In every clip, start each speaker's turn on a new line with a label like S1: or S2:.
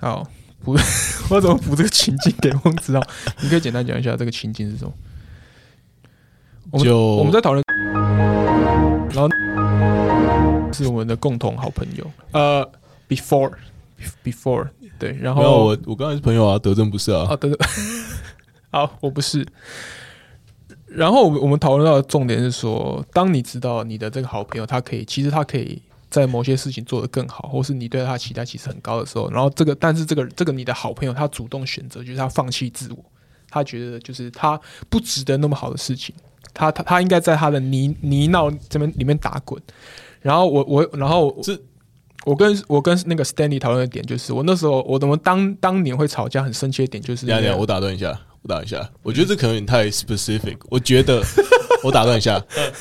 S1: 好，补 我怎么补这个情境给翁子浩？你可以简单讲一下这个情境是什么？我们
S2: 就
S1: 我们在讨论，然后是我们的共同好朋友，呃，before before 对，然
S2: 没有
S1: 后
S2: 我，我刚才是朋友啊，德政不是啊
S1: 哦，，等等， 好，我不是。然后我们我们讨论到的重点是说，当你知道你的这个好朋友，他可以，其实他可以在某些事情做得更好，或是你对他的期待其实很高的时候，然后这个，但是这个这个你的好朋友，他主动选择，就是他放弃自我，他觉得就是他不值得那么好的事情，他他他应该在他的泥泥淖这边里面打滚。然后我我然后我
S2: 这
S1: 我跟我跟那个 Stanley 讨论的点就是，我那时候我怎么当当年会吵架很生气的点就是、
S2: 等一下
S1: 那
S2: 等一下，
S1: 个，
S2: 我打断一下，我打断一下，我觉得这可能有点太 specific。我觉 得我打断一下，
S1: 嗯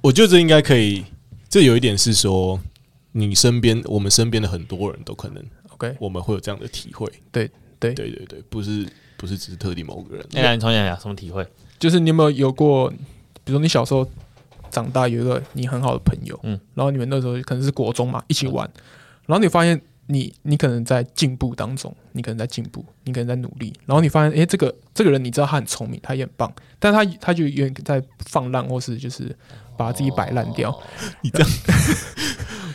S2: 我觉得这应该可以。这有一点是说，你身边我们身边的很多人都可能
S1: OK
S2: 我们会有这样的体会。
S1: 对对哎
S2: 对对对，不是不是只是特定某个人。
S3: 那来你重讲讲什么体会？
S1: 就是你有没有有过，比如说你小时候长大有一个你很好的朋友，嗯
S3: 嗯，
S1: 然后你们那时候可能是国中嘛，一起玩，然后你发现你你可能在进步当中，你可能在进步，你可能在努力，然后你发现诶、这个这个人你知道他很聪明，他也很棒，但他他就有点在放浪，或是就是把自己摆烂掉。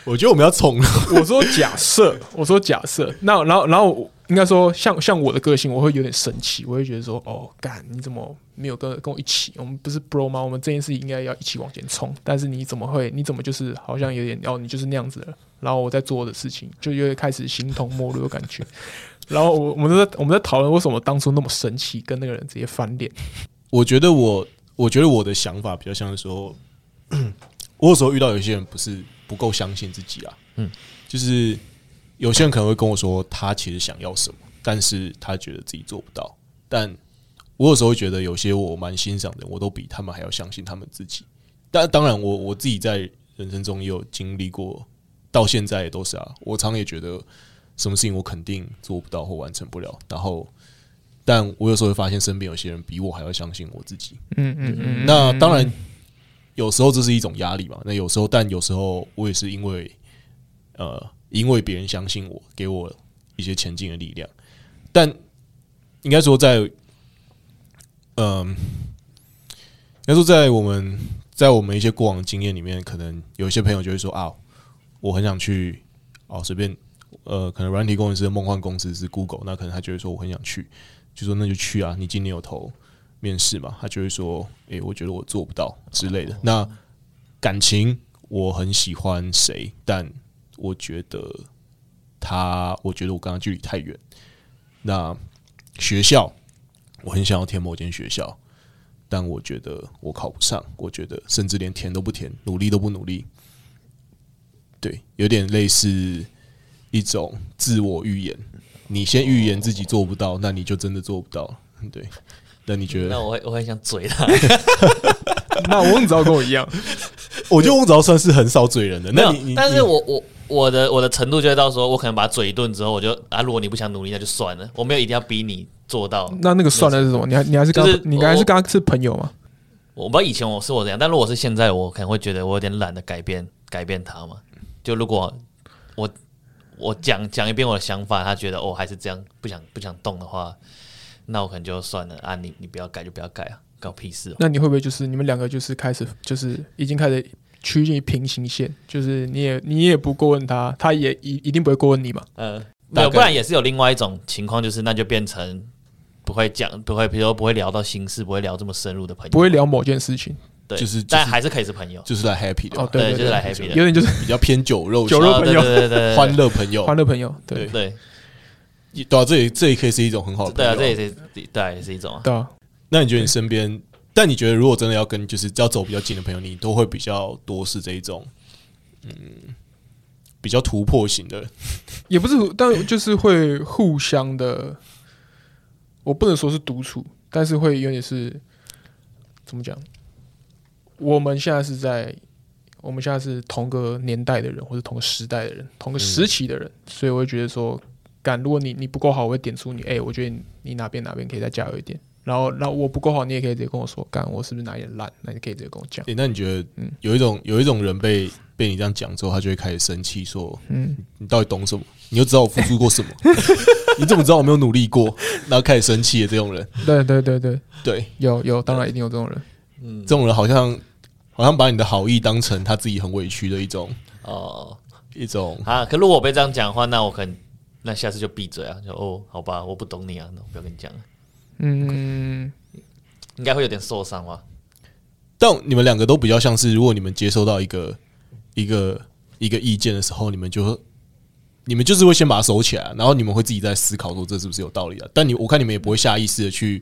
S2: 我觉得我们要宠了，
S1: 我说假设，我说假设，那然后然后我应该说像像我的个性，我会有点生气，我会觉得说，哦，干你怎么没有跟跟我一起？我们不是 bro 吗？我们这件事情应该要一起往前冲，但是你怎么会？你怎么就是好像有点哦，你就是那样子了。然后我在做我的事情，就又开始形同陌路的感觉。然后我我们都在我们在讨论为什么当初那么生气，跟那个人直接翻脸。
S2: 我觉得我，我觉得我的想法比较像是说， 我有时候遇到有些人不是不够相信自己啊，嗯
S3: 嗯，
S2: 就是有些人可能会跟我说他其实想要什么，但是他觉得自己做不到。但我有时候觉得有些我蛮欣赏的，我都比他们还要相信他们自己。但当然我，我自己在人生中也有经历过，到现在也都是啊。我常也觉得什么事情我肯定做不到或完成不了，然后。但我有时候会发现，身边有些人比我还要相信我自己，
S1: 嗯嗯嗯
S2: 那当然，有时候这是一种压力嘛。那有时候，但有时候我也是因为，呃，因为别人相信我，给我一些前进的力量。但应该说在，嗯，应该说在我们在我们一些过往的经验里面，可能有一些朋友就会说啊，我很想去哦，随便呃，可能软体工程师的梦幻公司是 Google，那可能他就会说我很想去，就说那就去啊，你今年有投面试嘛？他就会说，诶、我觉得我做不到之类的。那感情我很喜欢谁，但我觉得他，我觉得我跟他距离太远。那学校，我很想要填某间学校，但我觉得我考不上，我觉得甚至连填都不填，努力都不努力。对，有点类似一种自我预言。你先预言自己做不到，那你就真的做不到。对，那你觉得
S3: 那？我会我会想嘴他，
S1: 那我你知道跟我一样，
S2: 我觉得翁子豪算是很少嘴人的。
S3: 没
S2: 那
S3: 有
S2: 你，你，
S3: 但
S2: 你
S3: 是我我我的我的程度就会到说，我可能把他嘴一顿之后，我就啊，如果你不想努力，那就算了，我没有一定要逼你做到。
S1: 那那个算的是什么？你还你还是跟他、
S3: 就是
S1: 你还是
S3: 我
S1: 跟他是朋友吗？
S3: 我不知道以前我是我怎样，但如果是现在，我可能会觉得我有点懒得改变改变他嘛。就如果我我讲讲一遍我的想法，他觉得哦还是这样，不想不想动的话，那我可能就算了啊，你你不要改就不要改啊，搞屁事哦。
S1: 那你会不会就是你们两个就是开始就是已经开始趋近于平行线，就是你也你也不过问他，他也一一定不会过问你嘛？
S3: 呃，
S2: 大
S3: 没有，
S2: 概
S3: 不然也是有另外一种情况，就是那就变成不会讲，不会，比如说不会聊到心事，不会聊这么深入的朋友，
S1: 不会聊某件事情，
S3: 对，
S2: 就是就是
S3: 但还是可以是朋友，
S2: 就是来 happy 的嘛，
S1: 哦对
S3: 就是来
S2: 对
S3: happy 的
S1: 有点就是
S2: 比较偏酒肉
S1: 酒肉
S3: 啊
S1: 朋友
S3: 对对对
S2: 欢
S3: 对
S2: 乐朋友，
S1: 欢乐朋友，对
S2: 对
S3: 对
S2: 对啊，这也这也可以是一种很好的
S3: 对
S2: 朋
S3: 对
S2: 友啊。
S3: 啊，这也是对啊，也是一种啊。
S1: 对啊，
S2: 那你觉得你身边？但你觉得如果真的要跟就是要走比较近的朋友，你都会比较多是这一种，嗯，比较突破型的，
S1: 也不是，但就是会互相的，我不能说是独处，但是会有点是怎么讲？我们现在是在，我们现在是同个年代的人，或者同个时代的人，同个时期的人，所以我会觉得说，干，如果你你不够好，我会点出你，哎、我觉得你你哪边哪边可以再加油一点。然后，然后我不够好，你也可以直接跟我说，干，我是不是哪里烂？那你可以直接跟我讲。
S2: 诶那你觉得
S3: 嗯
S2: 有一种有一种人被被你这样讲之后，他就会开始生气，说：“嗯，你到底懂什么？你又知道我付出过什么？ 你怎么知道我没有努力过？”然后开始生气的这种人，
S1: 对对对对，
S2: 对，
S1: 有有，当然一定有这种人。
S2: 这种人好像好像把你的好意当成他自己很委屈的一种
S3: 哦
S2: 一种
S3: 啊！可如果我被这样讲的话，那我可能那下次就闭嘴啊，就哦，好吧，我不懂你啊，那我不要跟你讲了，
S1: 嗯，
S3: 应该会有点受伤吧？
S2: 但你们两个都比较像是，如果你们接收到一个一个一个意见的时候，你们就会你们就是会先把它收起来，啊然后你们会自己在思考说这是不是有道理啊？但你我看你们也不会下意识的去，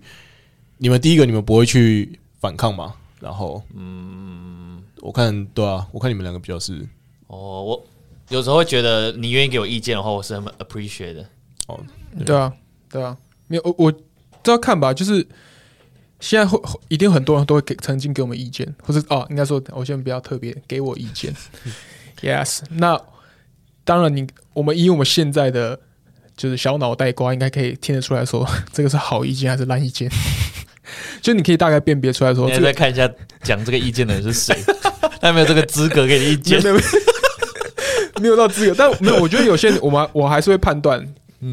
S2: 你们第一个你们不会去反抗嘛，然后嗯，我看对啊，我看你们两个比较是
S3: 哦，我有时候会觉得你愿意给我意见的话，我是很 appreciate 的。
S2: 哦，
S1: 对啊，对啊，没有我我这要看吧，就是现在会一定很多人都会给曾经给我们意见，或者哦，应该说我先不要特别给我意 见。yes，那当然你我们以我们现在的就是小脑袋瓜，应该可以听得出来说 这个是好意见还是烂意见。 就你可以大概辨别出来说
S3: 现
S1: 这个
S3: 在再看一下讲这个意见的人是谁，他没有这个资格给你意
S1: 没
S3: 见
S1: 有。没 有没有到资格，但没有，我觉得有些 人我们我还是会判断，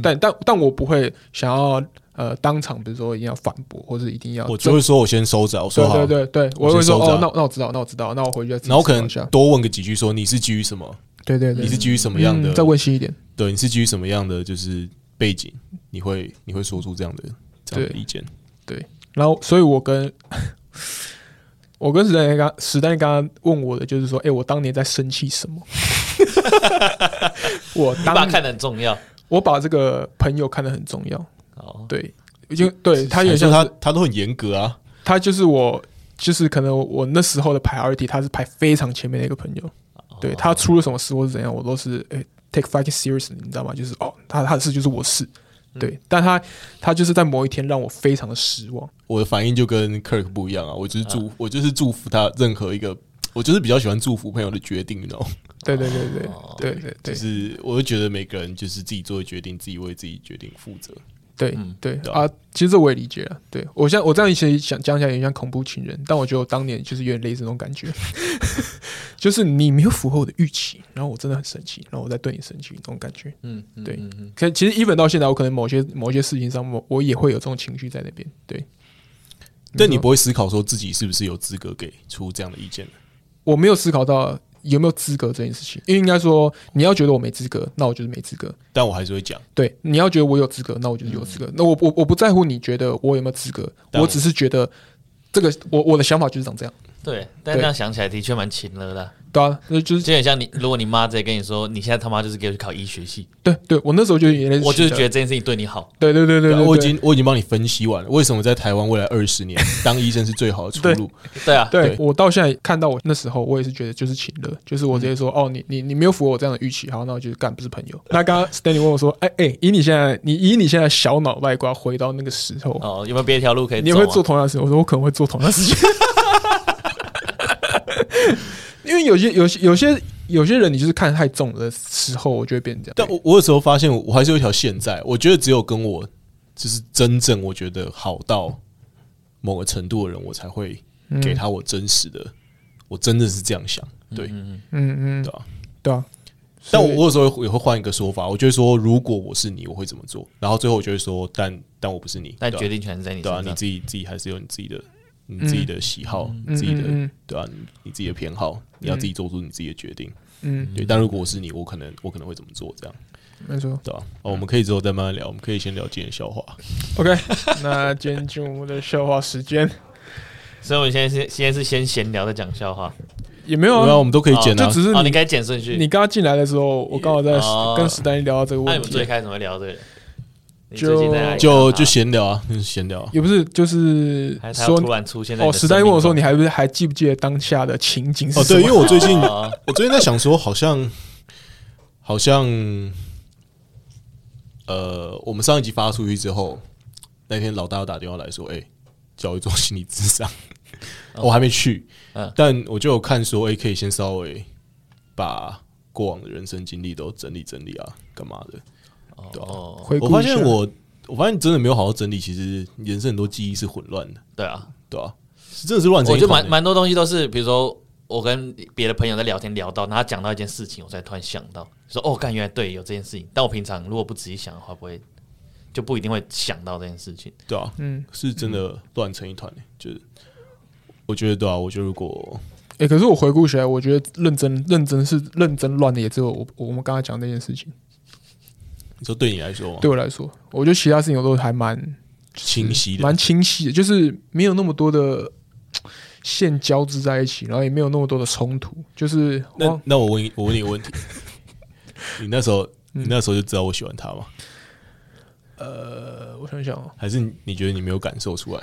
S1: 但但但我不会想要呃当场，比如说一定要反驳，或者一定要
S2: 我就会说我先收着，我说好，
S1: 啊对对对对，
S2: 我
S1: 我会
S2: 先
S1: 说
S2: 收着
S1: 哦，那那我知道，那我知道，那我回去再自己
S2: 然后可
S1: 思考
S2: 能
S1: 一下
S2: 多问个几句说你是基于什么，
S1: 对对对，
S2: 你是基于什
S1: 什
S2: 么样的
S1: 再问细一点，
S2: 对，你是基于什么样的就是背景，你会你会说出这样的这样的
S1: 对
S2: 意见？
S1: 然后所以我跟 我跟史丹利刚史丹利刚刚问我的就是说，哎，我当年在生气什么？ 我
S3: 你把它
S1: 当
S3: 看得很重要。
S1: 我把这个朋友看得很重要，
S3: 哦，
S1: 对，已经对他有
S2: 还
S1: 点
S2: 是
S1: 像
S2: 他
S1: 是
S2: 他都很严格啊，
S1: 他就是我。就是可能我我那时候的排 r i 他是排非常前面的一个朋友，
S2: 哦
S1: 对他出了什么事或是怎样，我都是诶、take fucking seriously，你知道吗？就是哦，他他的事就是我的事，
S2: 嗯
S1: 对。但他他就是在某一天让我非常的失望，
S2: 我的反应就跟 Kirk 不一样啊，我就是祝、我就是祝福他任何一个，我就是比较喜欢祝福朋友的决定，你知道吗？
S1: 对对对对
S2: 哦
S1: 对对
S2: 就
S1: 对
S2: 是我就觉得每个人就是自己做的决定，自己为自己决定负责。
S1: 对对啊！其实这我也理解了，对我像我这样一些想讲起来有点像恐怖情人，但我觉得我当年就是有点类似那种感觉， 就是你没有符合我的预期，然后我真的很生气，然后我再对你生气那种感觉，
S3: 嗯，嗯
S1: 对
S3: 嗯嗯
S1: 可其实 even 到现在，我可能某些某些事情上，我我也会有这种情绪在那边，对。
S2: 但你
S1: 没错
S2: 不会思考说自己是不是有资格给出这样的意见的
S1: 我没有思考到有没有资格这件事情，因为应该说你要觉得我没资格，那我就是没资格；
S2: 但我还是会讲，
S1: 对，你要觉得我有资格，那我就是有资格。那我我我不在乎你觉得我有没有资格，
S2: 但
S1: 我只是觉得这个我我的想法就是长这样，
S3: 对。但
S1: 对
S3: 这样想起来的确蛮勤了的啊，
S1: 对啊，那就是
S3: 就很像你，如果你妈直接跟你说，你现在他妈就是给我去考医学系，
S1: 对对，我那时候就有点类似
S3: 我就是
S1: 这
S3: 觉
S1: 样
S3: 得这件事情对你好。
S1: 对对对对
S2: 对啊
S1: 对，
S2: 我已
S1: 对
S2: 经我已经帮你分析完了，为什么在台湾未来二十年当医生是最好的出路？
S3: 对啊，
S1: 对
S2: 对
S1: 我到现在看到我那时候，我也是觉得就是情乐，就是我直接说、哦，你你你没有符合我这样的预期，好，那我就是干不是朋友。那刚刚 Stanley 问我说，哎哎，以你现在你以你现在小脑袋瓜回到那个时候，
S3: 哦，有没有别的条路可以走啊？
S1: 你会做同样的事？我说我可能会做同样的事情，因为有些有些有些有些人，你就是看太重的时候，我就会变成这样。
S2: 但我我有时候发现，我还是有一条线在。我觉得只有跟我就是真正我觉得好到某个程度的人，我才会
S1: 嗯
S2: 给他我真实的，我真的是这样想。对，
S1: 嗯嗯，
S2: 对啊
S1: 对啊。
S2: 但我
S1: 所以
S2: 我有时候也会换一个说法，我就会说，如果我是你，我会怎么做？然后最后我就会说，但但我不是你，
S3: 但
S2: 对啊
S3: 决定权是在你
S2: 对啊，
S3: 身
S2: 你
S3: 上。
S2: 自己自己还是有你自己的你自己的喜好，
S1: 嗯
S2: 你自己的、
S1: 嗯嗯
S2: 对啊，你你自己的偏好，你要自己做出你自己的决定。
S1: 嗯，
S2: 对。但如果我是你，我可能我可能会怎么做？这样
S1: 没错。
S2: 对吧、哦，我们可以之后再慢慢聊，我们可以先聊今天的笑话。
S1: OK，那 今天进入我们的笑话时间，
S3: 所以我们现在是现在是先闲聊再讲笑话，
S1: 也没有
S2: 对啊，我
S1: 啊。
S2: 们都可以剪
S1: 就
S2: 啊。
S1: 只是
S3: 哦，
S1: 你
S3: 你该剪顺
S1: 你
S3: 序。
S1: 刚刚进来的时候，我刚好在
S3: 哦
S1: 跟史丹利聊到这个
S3: 那
S1: 问
S3: 你们最
S1: 题，
S3: 开始怎么会聊这个？你
S1: 就
S3: 最近在哪里
S2: 就
S3: 啊
S2: 就闲聊啊，就是闲聊啊。
S1: 也不是就是
S3: 还是他
S1: 说
S3: 突然出现在你
S1: 哦，
S3: 的
S1: 史丹利问
S3: 生命
S1: 我说
S3: 中
S1: 你还不是还记不记得当下的情景是
S2: 哦，
S1: 什
S2: 对，因
S1: 么？
S2: 为我最近
S3: 哦
S2: 我最近在想说，好像好像呃，我们上一集发出去之后，那天老大又打电话来说，哎、叫我去做心理咨商， 我还没去，
S3: 嗯
S2: 但我就有看说，哎、可以先稍微把过往的人生经历都整理整理啊，干嘛的？
S3: 哦，
S1: 回顾
S2: 我
S1: 一下
S2: 发现我，我发现真的没有好好整理，其实人生很多记忆是混乱的，
S3: 对啊，
S2: 对吧、是真的是乱成
S3: 我
S2: 一
S3: 觉得
S2: 团欸
S3: 蛮
S2: 的。
S3: 蛮多东西都是，比如说我跟别的朋友在聊天聊到，然后他讲到一件事情，我才突然想到，说哦，干原来对有这件事情，但我平常如果不仔细想的话，不会就不一定会想到这件事情。
S2: 对啊，
S1: 嗯，
S2: 是真的乱成一团、欸，就是我觉得对啊，我觉得如果
S1: 哎、可是我回顾起来，我觉得认真、认真是认真乱的，也只有我我们刚才讲那件事情。
S2: 你说对你来说嘛，
S1: 对我来说，我觉得其他事情我都还蛮
S2: 哦清晰的，
S1: 蛮清晰的，就是没有那么多的线交织在一起，然后也没有那么多的冲突，就是
S2: 那
S1: 哦
S2: 那我问你，我问你个 问题，你那时候
S1: 嗯
S2: 你那时候就知道我喜欢他吗？
S1: 呃，我想想、哦，
S2: 还是你你觉得你没有感受出来？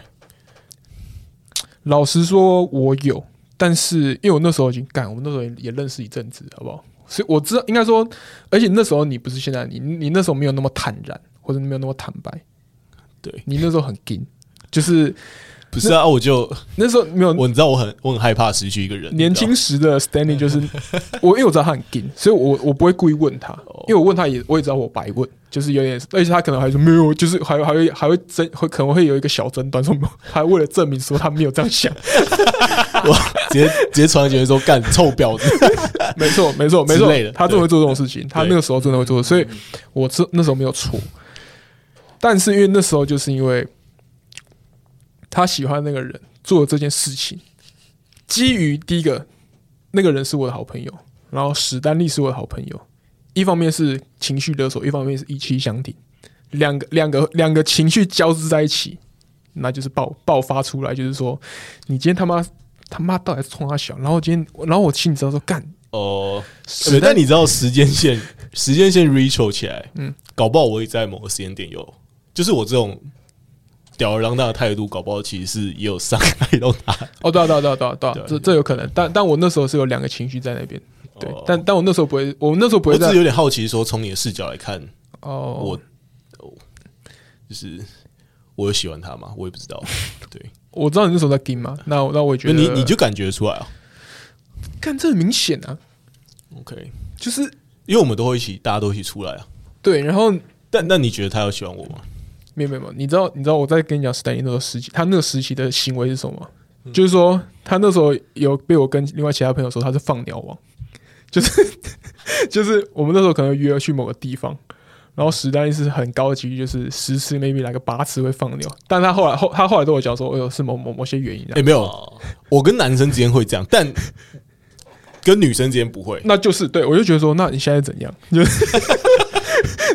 S1: 老实说，我有，但是因为我那时候已经干，我们那时候也也认识一阵子，好不好？所以我知道，应该说，而且那时候你不是现在你，你你那时候没有那么坦然，或者没有那么坦白，
S2: 对，
S1: 你那时候很硬，就是
S2: 不是啊，我就
S1: 那时候没有
S2: 我你知道我很我很害怕失去一个人，
S1: 年
S2: 你知道
S1: 轻时 的 Stanley 就是我，因为我知道他很硬，所以我我不会故意问他，
S2: 哦
S1: 因为我问他也我也知道我白问，就是有点，而且他可能还说没有，就是还还会还会争，会可能会有一个小争端，说没有还为了证明说他没有这样想，
S2: 我直接直接传简讯说干臭婊子，
S1: 没错没错没错
S2: 之类的，
S1: 他真的会做这种事情，他那个时候真的会做，所以我这那时候没有错，但是因为那时候就是因为他喜欢那个人做这件事情，基于第一个，那个人是我的好朋友，然后史丹利是我的好朋友，一方面是情绪勒索，一方面是意气相挺，两个两个两个情绪交织在一起，那就是爆爆发出来，就是说你今天他妈他妈到底是冲他小，然后今天然后我心里知道说干，呃
S2: 哦，
S1: 史丹
S2: 但你知道时 间线时间线 reach 起来，嗯，搞不好我也在某个时间点有，就是我这种吊儿郎当的态度，搞不好其实是也有伤害到他。
S1: 哦，对啊，对啊，对啊，对啊，对啊
S2: 对，
S1: 这这有可能，但但我那时候是有两个情绪在那边，对
S2: 哦，
S1: 但但我那时候不会，我那时候不
S2: 我
S1: 会
S2: 只
S1: 在
S2: 是有点好奇，说从你的视角来看，
S1: 哦，
S2: 我我就是我有喜欢他吗？我也不 知道。对，
S1: 我知道你那时候在 game 嘛，那我那我也觉
S2: 就
S1: 得
S2: 你你就感觉出来啊。
S1: 看这很明显啊，
S2: OK，
S1: 就是
S2: 因为我们都会一起，大家都一起出来啊。
S1: 对，然后
S2: 但那你觉得他有喜欢我吗？
S1: 哦没有没有，没有，你知道你知道我在跟你讲史丹利那个时期，他那个时期的行为是什么吗？就是说他那时候有被我跟另外其他朋友说他是放鸟王， 就是就是我们那时候可能约去某个地方。然后史丹利是很高级，就是十次 maybe 来个八次会放鸟，但他后来后他后来都有讲说，哎呦是某某某些原因啊
S2: 哎、，没有，
S3: 哦，
S2: 我跟男生之间会这样，但跟女生之间不会。
S1: 那就是对我就觉得说，那你现在怎样？就是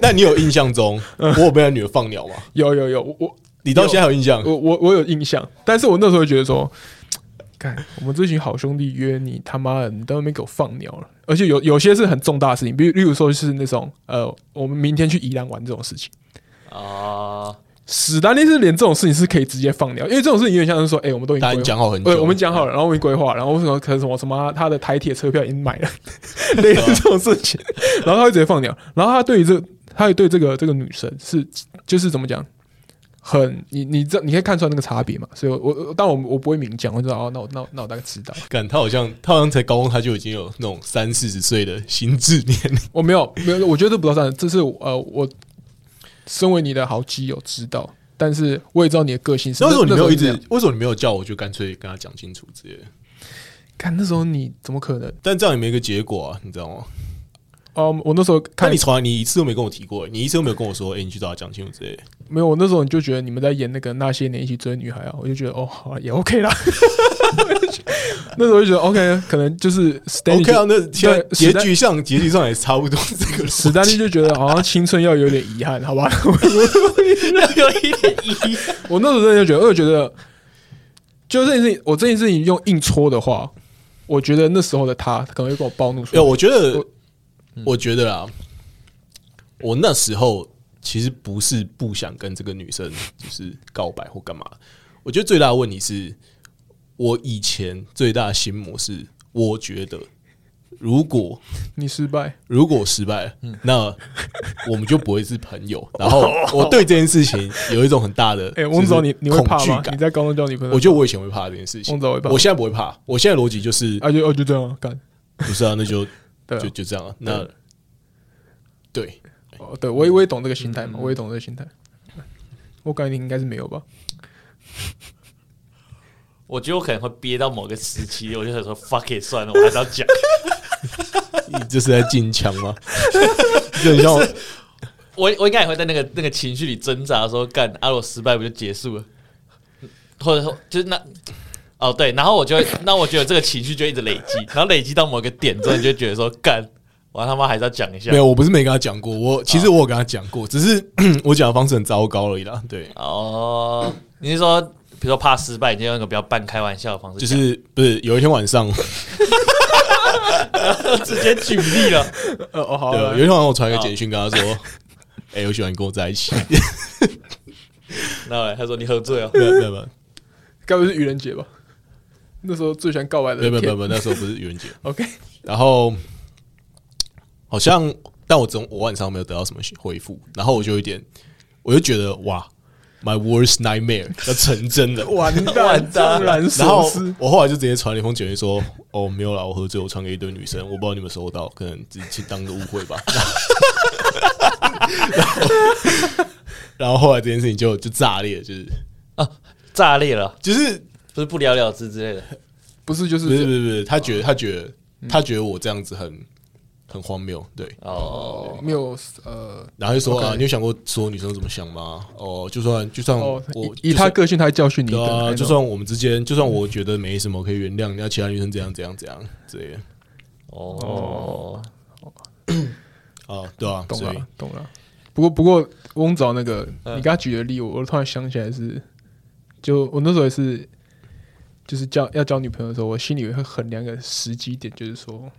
S2: 那你有印 象中，我有被那女的放鸟吗？
S1: 有有有，我我
S2: 你到现在还有印象？
S1: 我我我有印象，但是我那时候觉得说，看我们这群好兄弟约你他妈的，你到那边给我放鸟了，而且有有些是很重大的事情，比如例如说是那种呃，我们明天去宜兰玩这种事情。
S3: 哦，
S1: 史丹利是连这种事情是可以直接放鸟，因为这种事情有点像是说，哎、我们都已经
S2: 大家
S1: 规划
S2: 讲好很久
S1: 对，我们讲好了，然后我们规划，然后什么可能什么什么他的台铁车票已经买了，类似这种事情，然后他会直接放鸟，然后他对于这，他也对这个这个女生是就是怎么讲，很你你这你可以看出来那个差别嘛，所以我我当然我我不会明讲，我就知道哦，那我那我那我大概知道，
S2: 感他好像他好像才高中，他就已经有那种三四十岁的心智 年龄。
S1: 我没有没有，我觉得这不到算，这是呃我身为你的好基友知道，但是我也知道你的个性是，
S2: 那为什么你没有一
S1: 那时候是这
S2: 直
S1: 样？
S2: 为什么你没有叫我就干脆跟他讲清楚之类的？
S1: 看那时候你怎么可能？
S2: 但这样也没个结果啊，你知道吗？
S1: 哦、我那时候看
S2: 看你从来你一次都没跟我提过，你一次都没有跟我说，哎、你去找他讲清楚之类的。
S1: 没有，我那时候就觉得你们在演那个那些年一起追女孩啊，我就觉得哦，好啊也 OK 啦。 那时候就觉得 OK，可能就是 Stanley
S2: OK 啊，那现在
S1: 对
S2: 结
S1: 史丹
S2: 局上结局上也差不多是这个
S1: 史丹利就觉得好像青春要有点遗憾，好吧？
S3: 有一点疑，
S1: 我那时候真的就觉得，我就呃觉得，就这件事情，我这件事情用硬戳的话，我觉得那时候的他可能会跟我暴怒
S2: 哎、
S1: 说，
S2: 我觉得，
S1: 我嗯
S2: 我觉得啦，我那时候其实不是不想跟这个女生就是告白或干嘛。我觉得最大的问题是我以前最大的心魔是，我觉得如果
S1: 你失败，
S2: 如果失败了，
S1: 嗯
S2: 那我们就不会是朋友。然后我对这件事情有一种很大的，
S1: 哎、翁总，你你会怕
S2: 恐惧
S1: 吗？你
S2: 感。
S1: 在高中交女朋友，
S2: 我觉得我以前会怕这件事情
S1: 翁，总会怕，
S2: 我现在不会怕。我现在逻辑 就是，
S1: 啊就哦就这样啊干，
S2: 不是啊，那就
S1: 对啊
S2: 就就这样啊。那对，
S1: 哦，对我也我也懂这个心
S2: 嗯
S1: 态嘛，我也懂这个心态。我感觉你应该是没有吧？
S3: 我觉得我可能会憋到某个时期，我就想说 fuck it 算了，我还是要讲。
S2: 你这是在禁枪吗？ 就很像我
S3: 我我应该也会在那个那个情绪里挣扎说干阿罗失败不就结束了，或者说就是那哦对，然后我就会那我觉得这个情绪就一直累积，然后累积到某个点之后，你就觉得说干，我他妈还是要讲一下
S2: 没。有，我不是没跟他讲过，我其实我有跟他讲过，只是 我讲的方式很糟糕而已啦。对，
S3: 哦，你是说比如说怕失败，你就用一个比较半开玩笑的方式
S2: 就
S3: 讲，
S2: 是不是有一天晚上，
S3: 直接举例了。
S1: 呃哦好
S2: 对，有
S1: 了
S2: 一，天晚上我传一个简讯跟他说：“哎，我喜欢你跟我在一起。
S3: 然后嘞他说你喝醉哦”，
S2: 没有没有没有
S1: 该不会是愚人节吧？那时候最喜欢告白的
S2: 没有
S1: 人
S2: 没有
S1: 骗
S2: 没有，没有那时候不是愚人节。
S1: ，OK，
S2: 然后好像，但我中我晚上没有得到什么回复，然后我就有一点，我就觉得哇，my worst nightmare 要成真了。
S1: 完蛋，
S3: 完蛋
S1: 怅然
S2: 然
S1: 所
S2: 后
S1: 思。
S2: 我后来就直接传了一封简讯说：“哦，没有啦，我喝醉，我传给一堆女生，我不知道你们收到，可能只是当个误会吧。 然后”然后后来这件事情就就炸裂，就是
S3: 炸裂了，
S2: 就是
S3: 不是不了了之之类的。
S1: 不是就
S2: 不是不
S1: 是哦嗯
S2: 是不是，他觉得他觉得他觉得我这样子很很荒谬，对，
S3: 哦，
S1: 没有呃
S2: 然后就说
S1: OK
S2: 啊，你有想过所有女生怎么想吗？哦，就算就算我
S1: 哦，以以他
S2: 个
S1: 个性，他会教训你一
S2: 对
S1: 顿
S2: 啊，
S1: ，I
S2: 就
S1: know
S2: 算我们之间，就算我觉得没什么可以原谅，那其他女生怎样怎样怎样之类的
S3: 哦，
S2: 啊，对啊，
S1: 懂
S2: 所以
S1: 了懂了。不过不过，翁早那个你刚举的例，我我突然想起来是，就我那时候也是，就是交要交女朋友的时候，我心里会衡量一个时机点，就是说，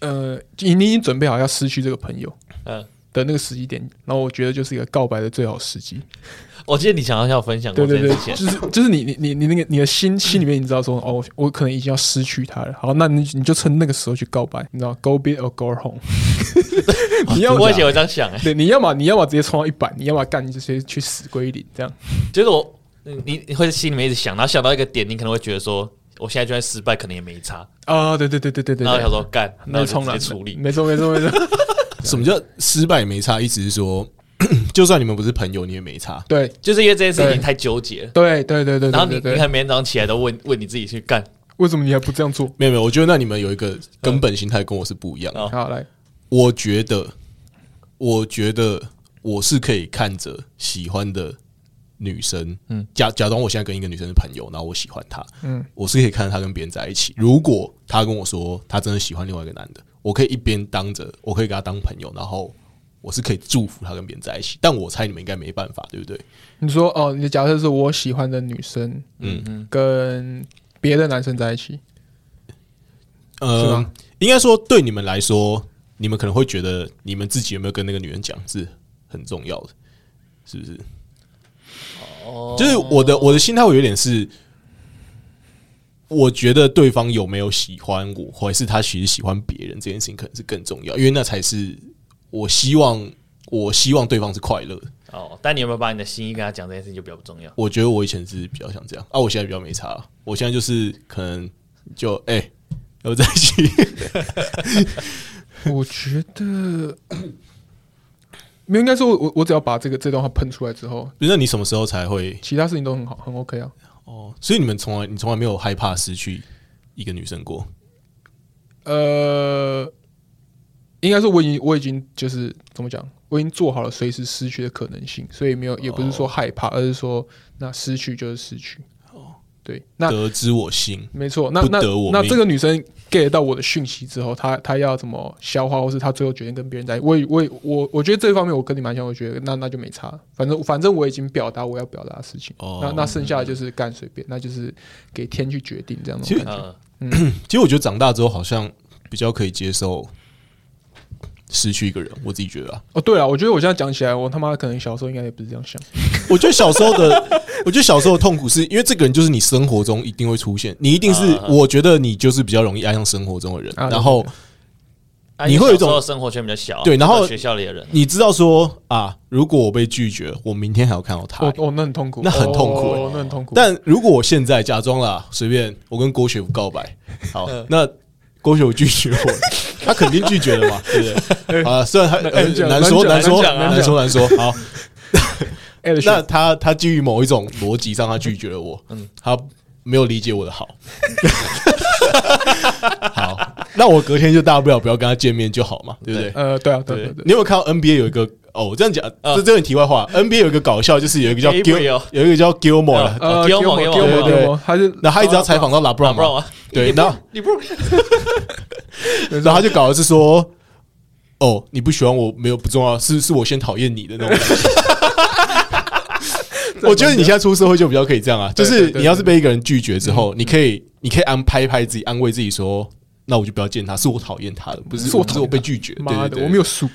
S1: 呃，你你已经准备好要失去这个朋友
S3: 嗯，
S1: 的那个时机点，然后我觉得就是一个告白的最好时机。
S3: 我记得你想要分享过
S1: 对
S3: 这
S1: 对对
S3: 件事，情，
S1: 就是就是你你你你那个你的心心里面，你知道说哦，我可能已经要失去他了。好，那你你就趁那个时候去告白，你知道，go big or go home。你要
S3: 我以前有这样想哎、
S1: 对，你要么你要么直接冲到一百，你要么干你就直接去死归零，这样
S3: 就是我，你你会心里面一直想，然后想到一个点，你可能会觉得说，我现在就算失败，可能也没差。
S1: 啊、对对对对对对，
S3: 然后
S1: 对
S3: 想说干，
S1: 那
S3: 那
S1: 就
S3: 我
S1: 冲
S3: 就直
S1: 了，
S3: 接处理。
S1: 没错没错没错，
S2: 什么叫失败没差？意思是说， 就算你们不是朋友，你也没差。
S1: 对
S3: 就是因为这件事
S1: 对
S3: 情太纠结了，
S1: 对对对对，
S3: 然后
S1: 对
S3: 你
S1: 对
S3: 你看每天早上起来都问问你自己去干，
S1: 为什么你还不这样做？
S2: 没有没有，我觉得那你们有一个根本心态跟我是不一样的。
S3: 哦
S1: 好来，
S2: 我觉得，我觉得我是可以看着喜欢的女生，嗯，假假装我现在跟一个女生是朋友，然后我喜欢她，嗯，我是可以看着她跟别人在一起。如果她跟我说她真的喜欢另外一个男的，我可以一边当着，我可以跟她当朋友，然后我是可以祝福她跟别人在一起。但我猜你们应该没办法，对不对？
S1: 你说哦，你的假设是我喜欢的女生，
S2: 嗯
S1: 嗯，跟别的男生在一起， 是
S2: 呃
S1: 吗，
S2: 应该说对你们来说，你们可能会觉得你们自己有没有跟那个女人讲是很重要的，是不是？哦，就是我的我的心态会有点是，我觉得对方有没有喜欢我，或者是他其实喜欢别人这件事情，可能是更重要，因为那才是我希望我希望对方是快乐的。
S3: 哦，但你有没有把你的心意跟他讲这件事情就比较不重要。
S2: 我觉得我以前是比较想这样啊，我现在比较没差了，我现在就是可能就哎、要不要在一起。
S1: 我觉得没有，应该说我我我只要把这个这段话喷出来之后，
S2: 那你什么时候才会
S1: 其他事情都很好，很 OK 啊。
S2: 哦，所以你们从来你从来没有害怕失去一个女生过，
S1: 呃，应该说我已经我已经就是怎么讲，我已经做好了随时失去的可能性，所以没有也不是说害怕，而是说那失去就是失去。哦，对，那
S2: 得知我心。
S1: 没错，那
S2: 不
S1: 那
S2: 得我
S1: 那
S2: 命
S1: 这个女生 get 到我的讯息之后，她她要怎么消化，或是她最后决定跟别人在一起，我也我也我我觉得这一方面我跟你蛮像，我觉得那那就没差，反正反正我已经表达我要表达的事情，
S2: 哦
S1: 那那剩下的就是干随便，那就是给天去决定这样
S2: 其
S1: 的
S2: 实
S3: 呃
S1: 感觉。
S3: 嗯，
S2: 其实我觉得长大之后好像比较可以接受失去一个人，我自己觉得啊，
S1: 哦，对啊，我觉得我现在讲起来，我他妈可能小时候应该也不是这样想。
S2: 我觉得小时候 的，我觉得小时候的痛苦是因为这个人就是你生活中一定会出现，你一定是
S3: 啊，
S2: 我觉得你就是比较容易爱上生活中的人，
S1: 啊
S2: 然后
S3: 啊
S2: 你会有一种
S3: 因为小时候生活圈比较小，
S2: 对然后
S3: 到学校里的人，
S2: 你知道说啊，如果我被拒绝，我明天还要看到他
S1: 哦。哦，那很痛苦，
S2: 那很痛苦欸
S1: 哦，那很痛苦。
S2: 但如果我现在假装啦，随便我跟郭雪芙告白，好，那郭雪芙拒绝我，他肯定拒绝了嘛，对不对？啊，虽然他呃
S1: 难讲
S2: 难说
S1: 难
S2: 难
S1: 讲
S2: 说
S3: 难讲啊
S2: 难说难说，好，
S1: 哎，
S2: 那他他基于某一种逻辑上，他拒绝了我，嗯，他没有理解我的好。好，那我隔天就大不了不要跟他见面就好嘛，对不对？
S1: 呃，对啊，对
S2: 对
S1: 对对，
S2: 你有没有看到 NBA 有一个哦？我这样讲，
S3: 啊
S2: 这这很题外话。NBA 有一个搞笑，就是有一个叫
S3: Gabriel
S2: Gil，有一个叫 Gilmore，
S3: 啊
S2: 的
S1: 呃
S3: Gilmore，
S1: Gilmore，
S3: Gilmore，
S2: 对
S1: Gilmore，他是
S2: 然后他一直要采访到 LeBron
S3: 不然
S2: 嘛，
S3: 吗？
S2: 对，然后
S3: 你不
S2: 然后他就搞的是说，哦，你不喜欢我没有不重要，是是我先讨厌你的 那种感觉。我觉得你现
S1: 啊
S2: 在出社会就比较可以这样啊，就
S1: 对
S2: 是
S1: 对对嗯
S2: 你要是被一个人拒绝之后，你可以你可以安拍一拍自己，安慰自己说，那我就不要见他，是我讨厌他的，不是
S1: 是我
S2: 不
S1: 讨厌他
S2: 是我被拒绝，对
S1: 妈
S2: 对
S1: 的，
S2: 对，
S1: 我没有输，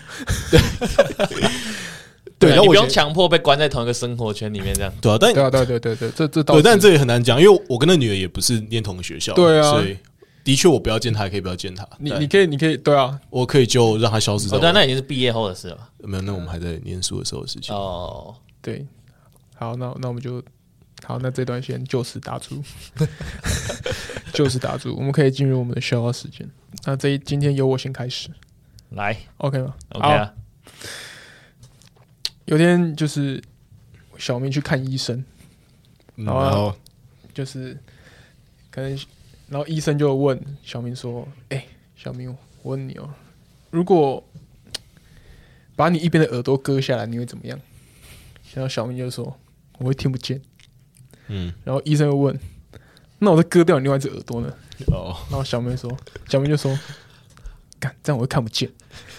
S2: 对，然后我
S3: 你不
S2: 觉
S3: 用
S2: 得
S3: 强迫被关在同一个生活圈里面这样。
S2: 对啊，但
S1: 对啊，对啊对对对，这这倒
S2: 对，
S1: 是
S2: 但这也很难讲，因为我跟那女的也不是念同个学校，
S1: 对啊
S2: 所以的确我不要见她，也可以不要见她，
S1: 你
S2: 但
S1: 你可以你可以对啊，
S2: 我可以就让她消失在
S3: 哦，
S2: 我
S3: 对啊，
S2: 的。
S3: 那已经是毕业后的事了吧。
S2: 没有，那我们还在念书的时候的事情。
S3: 哦，
S1: 对，好，那那我们就好，那这段先就此打 住，就此打住，我们可以进入我们的消耗时间。那这一今天由我先开始
S3: 来
S1: ，OK 吗
S3: ，OK 啊，
S1: 有天就是小明去看医生，
S2: 嗯
S1: 然后啊
S2: 然后
S1: 就是可能，然后医生就问小明说：“哎、小明，我问你哦，如果把你一边的耳朵割下来，你会怎么样？”然后小明就说：“我会听不见。”
S2: 嗯，
S1: 然后医生又问：“那我再割掉你另外一只耳朵呢
S2: 哦，？”
S1: 然后小明说：“小明就说，干，这样我会看不见。”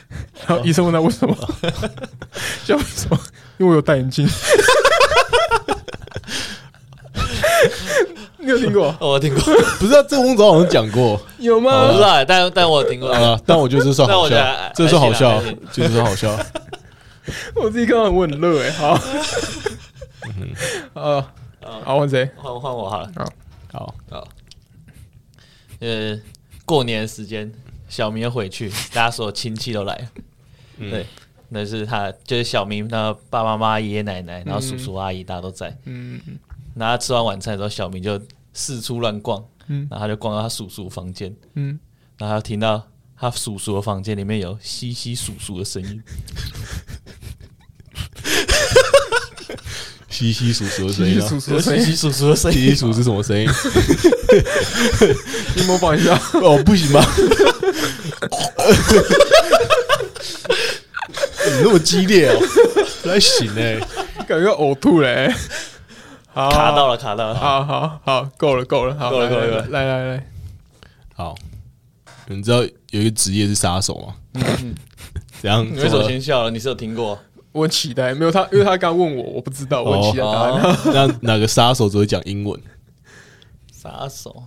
S1: 然后医生问他为什么，小明说：“因为我有戴眼镜。” 你有听过？
S3: 哦我听过，
S2: 不是啊，这翁总好像讲 过
S1: 有吗？
S3: 我不知道，但但我有听过。
S2: 啊，但我觉得这算
S3: 但
S2: 好
S3: 我觉
S2: 笑
S3: 得，
S2: 这算好笑
S3: 还行啊还行，
S2: 就是说好笑。
S1: 我自己看到我很热哎、好，
S3: 嗯
S1: 呃， 好，换谁？
S3: 换换我好了。
S2: 好，
S3: 呃，过年时间，小明又回去，大家所有亲戚都来了。
S1: 嗯
S3: 对，那是他，就是小明他爸爸妈妈、爷爷奶奶，然后叔叔阿姨，大家都在。
S1: 嗯，
S3: 然后他吃完晚餐之后，小明就四处乱逛，
S1: 嗯
S3: 然后他就逛到他叔叔房间，
S1: 嗯，
S3: 然后他听到他叔叔的房间里面有稀稀疏疏的声音，
S2: 稀稀疏疏的声音啊，
S1: 叔叔
S3: 有
S1: 的声
S3: 稀
S1: 音，
S3: 稀疏疏的声
S2: 稀稀
S3: 音。
S2: 疏是什么 声音？
S1: 你模仿一下。
S2: 哦，不 行吗？你那么激烈哦，不太行哎。
S1: 感觉呕吐嘞、欸。好，
S3: 卡到了，卡到了。
S1: 好好好，够了，够了，好，
S3: 够了
S1: 来
S3: 够了够了
S1: 来来来，
S2: 好，你知道有一个职业是杀手吗？ 怎样？
S3: 嗯你为什么
S2: 怎
S3: 先笑了？你是有听过？
S1: 我很期待，没有他，因为他刚问我，我不知道，我很期待答案。
S3: 哦
S2: 那哪个杀手只会讲英文？
S3: 杀手，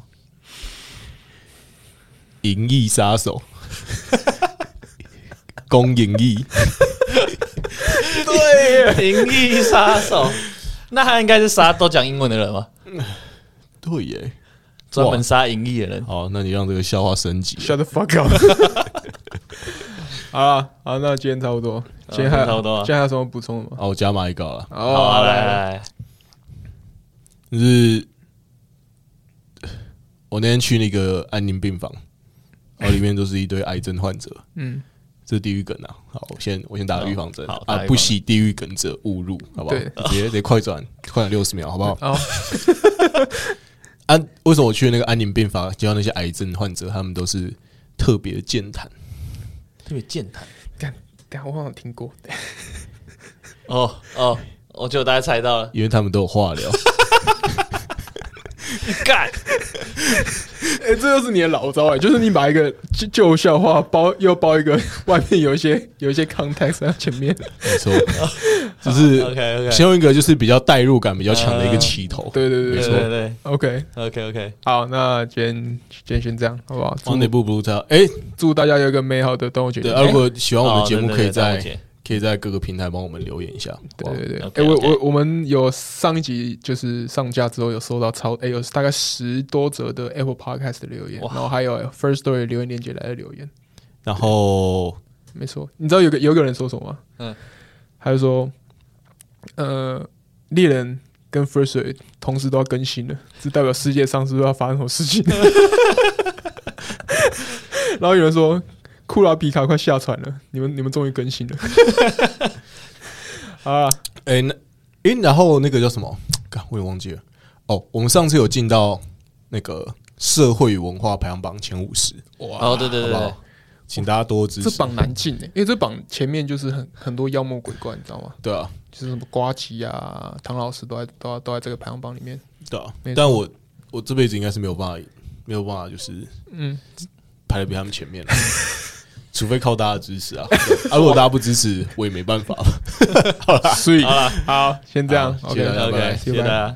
S2: 银翼杀手， 公银翼，
S3: 对，银翼杀手。那他应该是杀都讲英文的人吧？
S2: 对耶。
S3: 专门杀银翼的人。
S2: 好，那你让这个笑话升级。
S1: Shut the fuck up！好了，好，那今天差不多，今天还有
S3: 差不多啊
S1: 今天还有什么补充的吗？
S2: 哦好，我加码一个好了。
S1: 好
S3: 好啊，来
S1: 来，
S3: 来来，
S2: 就是我那天去那个安宁病房，然后里面都是一堆癌症患者，
S1: 嗯，
S2: 这是地狱梗啊！好，我先我先打预防针
S3: 好好打
S2: 啊，
S3: 预防
S2: 不喜地狱梗者勿入，好不好？
S1: 对
S2: 直接直接快转，快转六十秒，好不好？
S3: 哦
S1: 好，
S2: 安、为什么我去那个安宁病房，接到那些癌症患者，他们都是特别健谈，
S3: 特别健谈。
S1: 干，等一下我好像听过，
S3: 哦哦，我觉得我大概猜到了。
S2: 因为他们都有话聊。
S3: 干，
S1: 哎、这就是你的老招哎、就是你把一个旧旧笑话包又包一个外面有一些有一些 context 在前面，
S2: 没错，就是
S3: OK，OK 嗯
S2: 先用一个就是比较代入感比较强的一个起头。
S1: 对对对
S2: 没
S3: 对
S2: 错
S3: 对对
S1: OK，
S3: ，OK OK，
S1: 好，那今天今天先这样好不好？祝
S2: 往哪部不知道？哎，
S1: 祝大家有一个美好的端午节。
S2: 对，啊如果喜欢我们
S3: 哦
S2: 的节目，
S3: 对对
S2: 可以
S3: 对端午
S2: 在
S3: 节
S2: 可以在各个平台帮我们留言一下。
S1: 对对
S2: 哦
S1: 对，哎、
S3: OK，
S1: 我
S3: OK
S1: 我我们有上一集就是上架之后有收到超哎、有大概十多则的 Apple Podcast 的留言，
S3: 哇
S1: 然后还有 First Story 留言链接来的留言，
S2: 然后
S1: 没错。你知道有个有个人说什么吗？
S3: 嗯，
S1: 他就说，呃，猎人跟 First Story 同时都要更新了，这代表世界上是不是要发生什么事情？ 然后有人说，库拉皮卡快下船了，你们你们终于更新了。 好啦，
S2: 哎，那哎，然后那个叫什么？干，我也忘记了。哦，我们上次有进到那个社会与文化排行榜前五十，
S3: 哦对对对
S2: 好不
S3: 对
S2: 好，请大家多支
S1: 这
S2: 持。
S1: 榜难进的、欸因为这榜前面就是很很多妖魔鬼怪，你知道吗？
S2: 对啊，
S1: 就是什么瓜吉啊、唐老师都在都在都在这个排行榜里面。
S2: 对啊
S1: 没错，
S2: 但我我这辈子应该是没有办法，没有办法，就是
S1: 嗯，
S2: 排的比他们前面了， 除非靠大家的支持啊。对啊，如果大家不支持，我也没办法了。
S1: 所以好，先这样
S2: 好
S1: ，OK，
S2: 谢谢大家拜拜
S3: ，OK，谢谢大家。